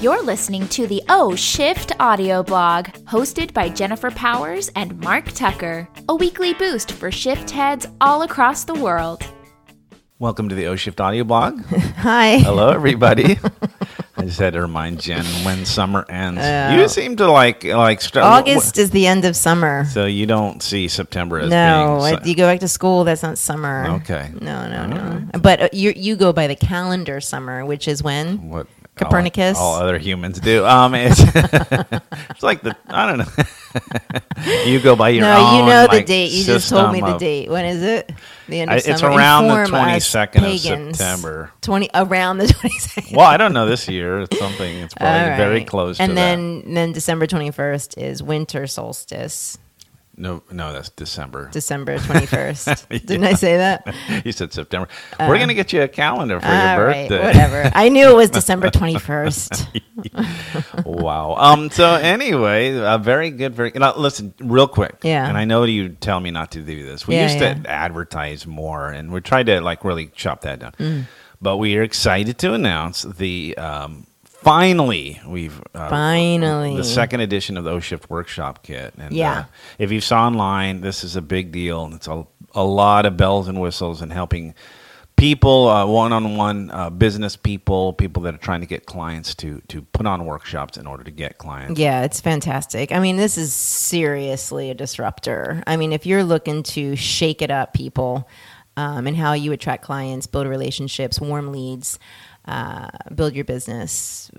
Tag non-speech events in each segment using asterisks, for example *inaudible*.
You're listening to the O Shift audio blog, hosted by Jennifer Powers and Mark Tucker, a weekly boost for shift heads all across the world. Welcome to the O Shift Audio Blog. Hi. Hello, *laughs* everybody. I just had to remind Jen when summer ends. you seem to like like start August is the end of summer. so you don't see September as No, being. I- you go back to school. That's not summer. Okay. No, no, no. But uh, you you go by the calendar summer, which is when what all- Copernicus. all, other humans do. Um, it's, *laughs* it's like the I don't know. *laughs* you go by your no, you own, know the like, date. You just told me system the of- date. When is it? The end I- of it's summer. around the Inform us 22nd of pagans. September. Twenty around the *laughs* twenty second. Well, I don't know. This year, it's something. It's probably very close. And to that. then then December twenty first is winter solstice. no, no, that's December. *laughs* December twenty first. Didn't I say that? you said September. We're gonna get you a calendar for your Uh, All right, birthday. whatever. I knew *laughs* it was December twenty first. wow. Um. So anyway, uh, very good. Very. Now, listen, real quick. Yeah. And I know you tell me not to do this. We Yeah, used yeah. to advertise more, and we tried to like really chop that down. Mm. But we are excited to announce the um, finally we've uh, Finally. the second edition of the O Shift Workshop Kit. And Yeah. uh, if you saw online, this is a big deal, and it's a, a lot of bells and whistles and helping people, uh, one-on-one uh, business people, people that are trying to get clients to to put on workshops in order to get clients. Yeah, it's fantastic. I mean, this is seriously a disruptor. I mean, if you're looking to shake it up, people, um, and how you attract clients, build relationships, warm leads, uh, build your business,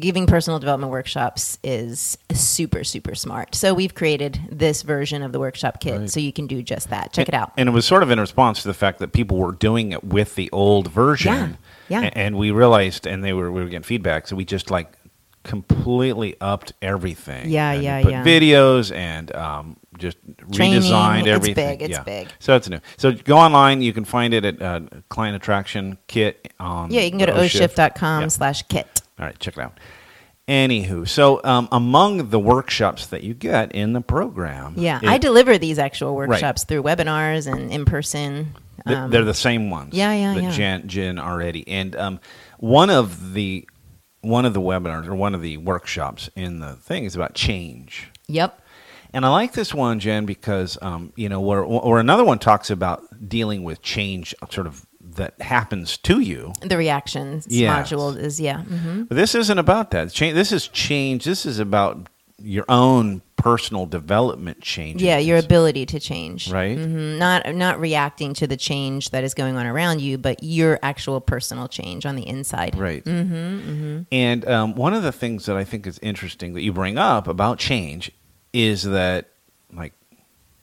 giving personal development workshops is super, super smart. So we've created this version of the workshop kit so you can do just that. Check it out. And it was sort of in response to the fact that people were doing it with the old version. Yeah, yeah. A- And we realized, and they were we were getting feedback, so we just like completely upped everything. Yeah, and yeah, put yeah. Videos and um, just Training, redesigned it's everything. big, it's Yeah. big. So it's new. So go online. You can find it at uh, Client Attraction Kit on. Yeah, you can go to the O-Shift. oshift.com Yeah. slash kit. All right, check it out. Anywho, so um, among the workshops that you get in the program, Yeah, it- I deliver these actual workshops through webinars and in person. Th- Um, they're the same ones. yeah, yeah, that yeah. Jen, Jen already, and um, one of the one of the webinars or one of the workshops in the thing is about change, yep. and I like this one, Jen, because um, you know, where or another one talks about dealing with change, sort of that happens to you. the reactions Yes. module is yeah hmm But this isn't about that. Change. This is change. This is about your own personal development change. yeah your ability to change Right. hmm not not reacting to the change that is going on around you but your actual personal change on the inside Right. Mm-hmm, And um, one of the things that I think is interesting that you bring up about change is that like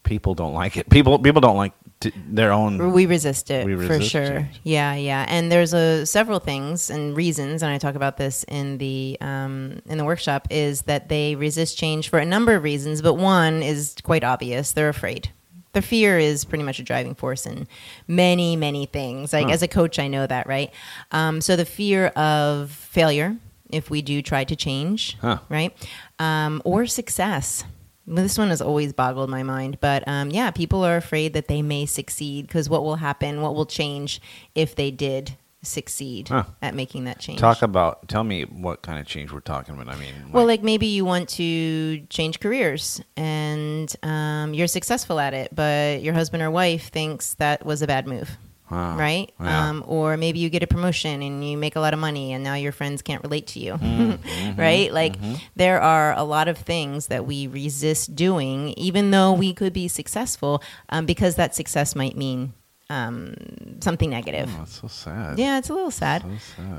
people don't like it. People people don't like t- their own. we resist it We for resist sure change. yeah yeah and there's a several things and reasons and i talk about this in the um, in the workshop is that they resist change for a number of reasons but one is quite obvious they're afraid the fear is pretty much a driving force in many many things like as a coach i know that right um, so the fear of failure if we do try to change Huh. right? Um, or success. This one has always boggled my mind, but um, yeah, people are afraid that they may succeed because what will happen, what will change if they did succeed Huh. at making that change. Talk about tell me what kind of change we're talking about. I mean, well, like maybe you want to change careers and um, you're successful at it, but your husband or wife thinks that was a bad move. Huh. Right? Yeah. Um, or maybe you get a promotion and you make a lot of money and now your friends can't relate to you. *laughs* right? Like there are a lot of things that we resist doing, even though we could be successful, um, because that success might mean um, something negative. oh, that's so sad. Yeah, it's a little sad.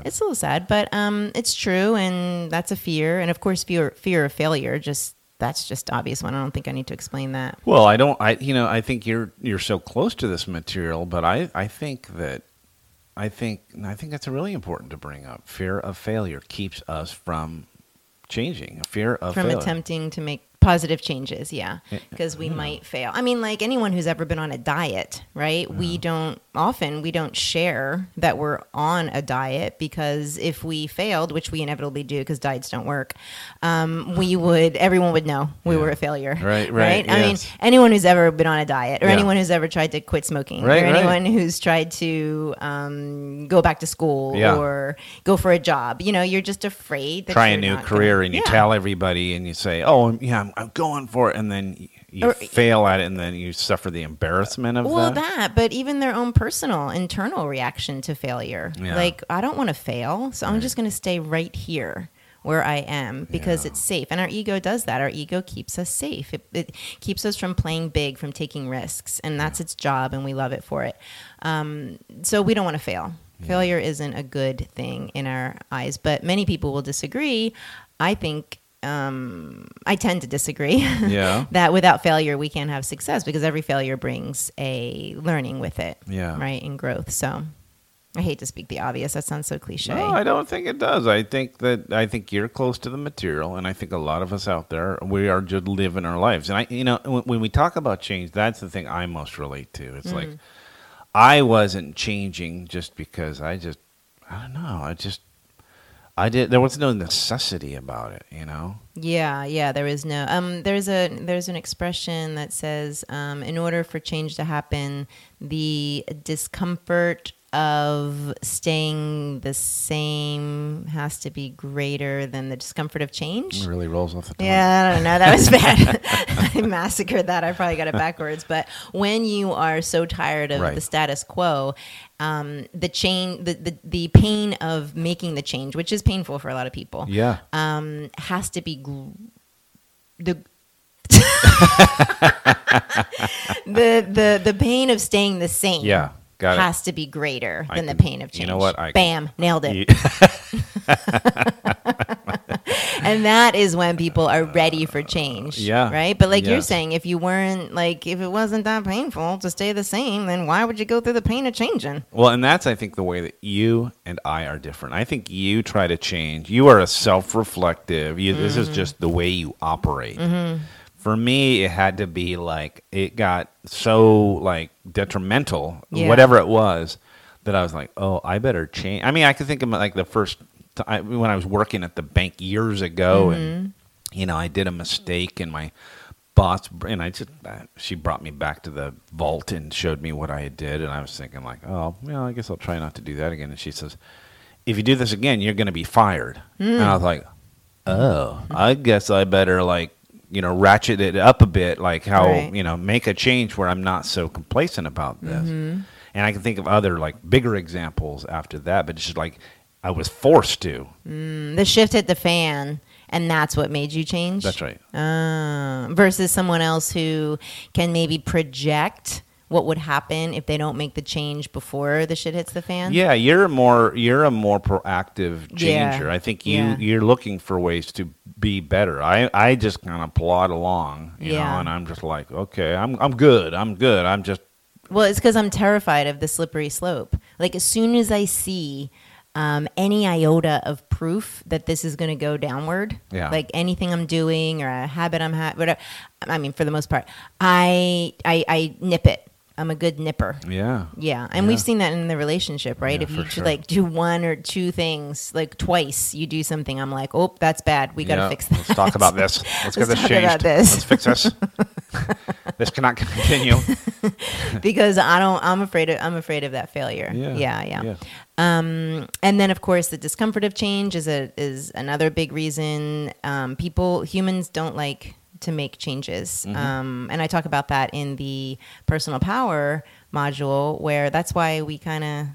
It's a little sad, but um, it's true, and that's a fear, and of course, fear fear of failure. Just that's just obvious one. I don't think I need to explain that. Well, I don't. I you know I think you're you're so close to this material, but I I think that. I think I think that's really important to bring up. Fear of failure keeps us from changing. Fear of From failure. attempting to make positive changes, yeah, because we might fail. I mean, like anyone who's ever been on a diet, right? Uh-huh. We don't often we don't share that we're on a diet because if we failed, which we inevitably do because diets don't work, um, *laughs* we would everyone would know we were a failure, Right, right, I mean, yes. anyone who's ever been on a diet or Yeah. anyone who's ever tried to quit smoking Right, or right. anyone who's tried to um, go back to school Yeah. or go for a job, you know, you're just afraid. That Try a you're new not career gonna- and you Yeah. tell everybody and you say, "Oh, I'm- yeah, I'm, I'm going for it," and then y- you Or- fail at it, and then you suffer the embarrassment of Well, that. that, but even their own personal internal reaction to failure. Yeah. Like, I don't want to fail, so I'm just going to stay right here where I am because it's safe. And our ego does that. Our ego keeps us safe, it, it keeps us from playing big, from taking risks. And that's its job, and we love it for it. Um, so we don't want to fail. Failure isn't a good thing in our eyes, but many people will disagree. I think. Um, I tend to disagree. *laughs* Yeah. that without failure we can't have success because every failure brings a learning with it Yeah. right and growth so i hate to speak the obvious that sounds so cliche No, I don't think it does. I think that I think you're close to the material, and I think a lot of us out there we are just living our lives. And I, you know, when, when we talk about change, that's the thing I most relate to. It's Mm. like I wasn't changing just because I just I don't know. I just I did. There was no necessity about it. You know. yeah yeah there is no um there's a there's an expression that says um in order for change to happen the discomfort of staying the same has to be greater than the discomfort of change It really rolls off the tongue. Yeah, I don't *laughs* know. That was bad. *laughs* I massacred that. I probably got it backwards. But when you are so tired of Right. the status quo, um, the chain, the, the the pain of making the change, which is painful for a lot of people, Yeah. um, has to be gr- the. *laughs* the the the pain of staying the same Yeah, got it. has to be greater I than the can- pain of change. you know what, I can- Bam, nailed it. You- and that is when people are ready for change. yeah. Right. But like you're Yes. saying, if you weren't like, if it wasn't that painful to stay the same, then why would you go through the pain of changing? Well, and that's I think the way that you and I are different. I think you try to change. You are a self-reflective. You, This is just the way you operate. For me, it had to be like it got so like detrimental, Yeah. whatever it was, that I was like, oh, I better change. I mean, I could think of like the first time when I was working at the bank years ago, and you know, I did a mistake and my boss and I just uh, she brought me back to the vault and showed me what I had did and I was thinking like, oh, well, I guess I'll try not to do that again. And she says, if you do this again, you're going to be fired. And I was like, oh, I guess I better like you know ratchet it up a bit, like how Right. you know make a change where I'm not so complacent about this. Mm-hmm. And I can think of other like bigger examples after that, but it's just like I was forced to. Mm, The shift hit the fan, and that's what made you change. That's right. Uh, versus someone else who can maybe project what would happen if they don't make the change before the shit hits the fan. Yeah, you're more you're a more proactive changer. I think you Yeah. you're looking for ways to be better. I I just kind of plod along, you know, Yeah. and I'm just like, okay, I'm I'm good. I'm good. I'm just Well, it's because I'm terrified of the slippery slope. Like, as soon as I see um, any iota of proof that this is going to go downward, Yeah. like anything I'm doing or a habit I'm ha- whatever. I mean, for the most part, I I, I nip it. I'm a good nipper. yeah. Yeah, and we've seen that in the relationship, right? Yeah, if for you sure. like do one or two things, like twice, you do something. I'm like, oh, that's bad. We got to Yeah, fix that. Let's *laughs* talk about this. Let's, get Let's this talk changed. about this. Let's fix *laughs* this. this cannot continue. because I don't. I'm afraid. Of, I'm afraid of that failure. yeah. yeah. and then of course the discomfort of change is a is another big reason um, people humans don't like to make changes um, and i talk about that in the personal power module where that's why we kind of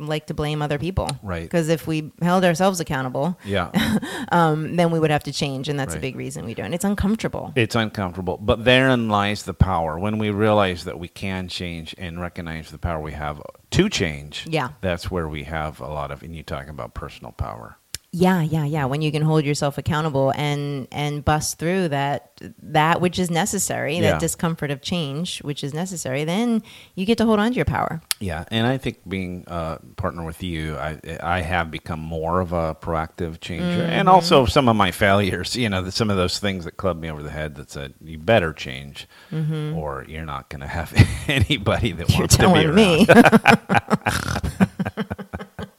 like to blame other people Right. because if we held ourselves accountable Yeah. um, then we would have to change and that's a Right. big reason we don't it's uncomfortable It's uncomfortable, but therein lies the power. When we realize that we can change and recognize the power we have to change, Yeah. that's where we have a lot of. And you talk about personal power. Yeah, yeah, yeah. When you can hold yourself accountable and and bust through that that which is necessary, Yeah. that discomfort of change which is necessary, then you get to hold on to your power. Yeah, and I think being a partner with you, I I have become more of a proactive changer, and Mm-hmm. also some of my failures. You know, that some of those things that clubbed me over the head that said you better change, or you're not going to have *laughs* anybody that Mm-hmm. You're wants to be telling around. me. *laughs*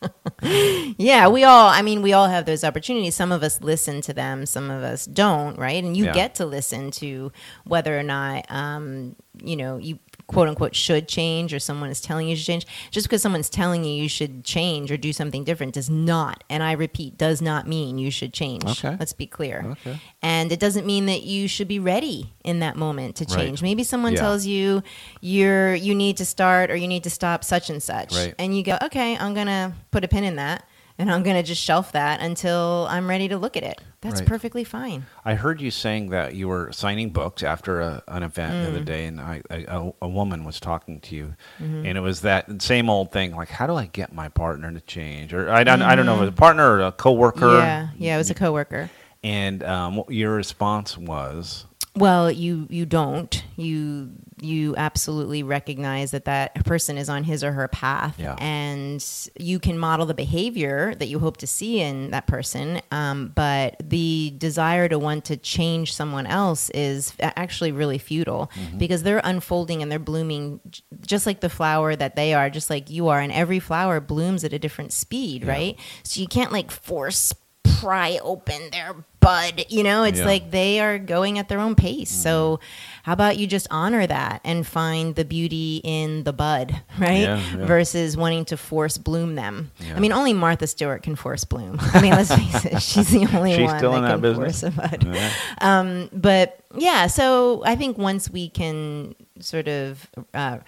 yeah, we all, I mean, we all have those opportunities. Some of us listen to them, some of us don't, right? And you Yeah. get to listen to whether or not, um, you know, you quote unquote should change or someone is telling you to change. Just because someone's telling you you should change or do something different does not, and I repeat, does not mean you should change. Okay. Let's be clear. Okay. And it doesn't mean that you should be ready in that moment to Right. change. Maybe someone Yeah. tells you you're you need to start or you need to stop such and such Right. and you go okay i'm gonna put a pin in that and i'm gonna just shelf that until i'm ready to look at it that's Right. perfectly fine I heard you saying that you were signing books after a, an event the Mm. other day, and I, I- a, a woman was talking to you, Mm-hmm. and it was that same old thing like, how do I get my partner to change? Or I don't, I don't know, if it was a partner or a coworker. Mm-hmm. yeah yeah it was a coworker And um, what your response was, well you you don't you you absolutely recognize that that person is on his or her path Yeah. and you can model the behavior that you hope to see in that person um, but the desire to want to change someone else is a- actually really futile because they're unfolding and they're blooming j- just like the flower that they are just like you are and every flower blooms at a different speed right so you can't like force pry open their bud you know it's Yeah. Mm-hmm. like they are going at their own pace. So, how about you just honor that and find the beauty in the bud, *laughs* right? Yeah, yeah. Versus wanting to force bloom them. Yeah. I mean, only Martha Stewart can force bloom. *laughs* I mean, let's *laughs* face it, she's the only She's one still that in that can business? force a bud. Yeah. *laughs* Um, but yeah, so I think once we can sort of. Uh,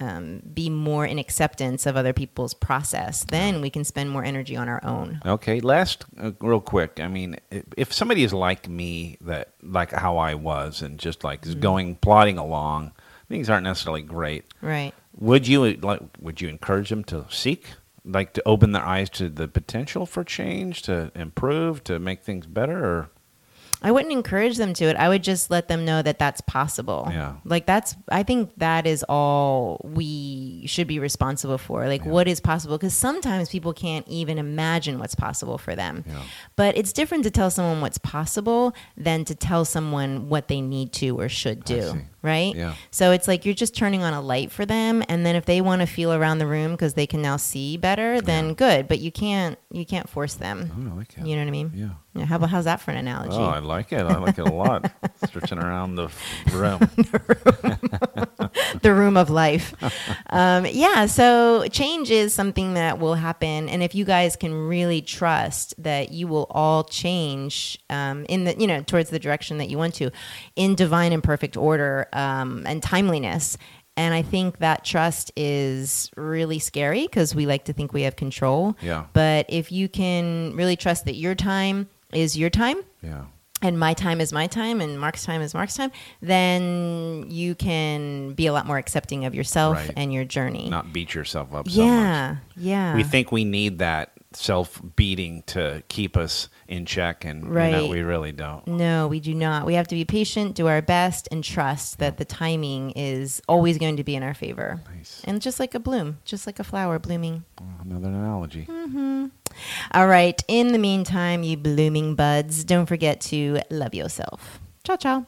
um, be more in acceptance of other people's process, then we can spend more energy on our own. Okay, last uh, real quick. I mean, i- if somebody is like me, that like how I was, and just like is going plodding along, things aren't necessarily great. Right. Would you uh, like? Would you encourage them to seek, like, to open their eyes to the potential for change, to improve, to make things better? Or I wouldn't encourage them to it. I would just let them know that that's possible. Yeah. Like that's I think that is all we should be responsible for. Like Yeah. what is possible because sometimes people can't even imagine what's possible for them. Yeah. But it's different to tell someone what's possible than to tell someone what they need to or should do, see. right? Yeah. So it's like you're just turning on a light for them and then if they want to feel around the room because they can now see better, then good, but you can't you can't force them. Oh, I like that. You know what I mean? Yeah. Yeah, how about how's that for an analogy? oh, I like it. I like it a lot. Searching around the f- room. *laughs* the room of life. Um, yeah, so change is something that will happen, and if you guys can really trust that you will all change um, in the you know towards the direction that you want to, in divine and perfect order um, and timeliness. And I think that trust is really scary because we like to think we have control. Yeah. But if you can really trust that your time is your time Yeah. and my time is my time and Mark's time is Mark's time, then you can be a lot more accepting of yourself Right. and your journey. Not beat yourself up. So much. yeah, yeah. we think we need that self beating to keep us in check, and you know, Right. we really don't. no, we do not. We have to be patient, do our best, and trust that the timing is always going to be in our favor. Nice. And just like a bloom, just like a flower blooming. Another analogy. All right. In the meantime, you blooming buds, don't forget to love yourself. Ciao, ciao.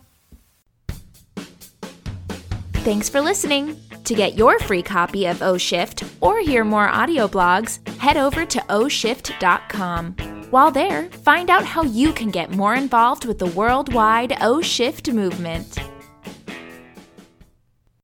Thanks for listening. To get your free copy of O Shift or hear more audio blogs, head over to oshift.com. While there, find out how you can get more involved with the worldwide O Shift movement.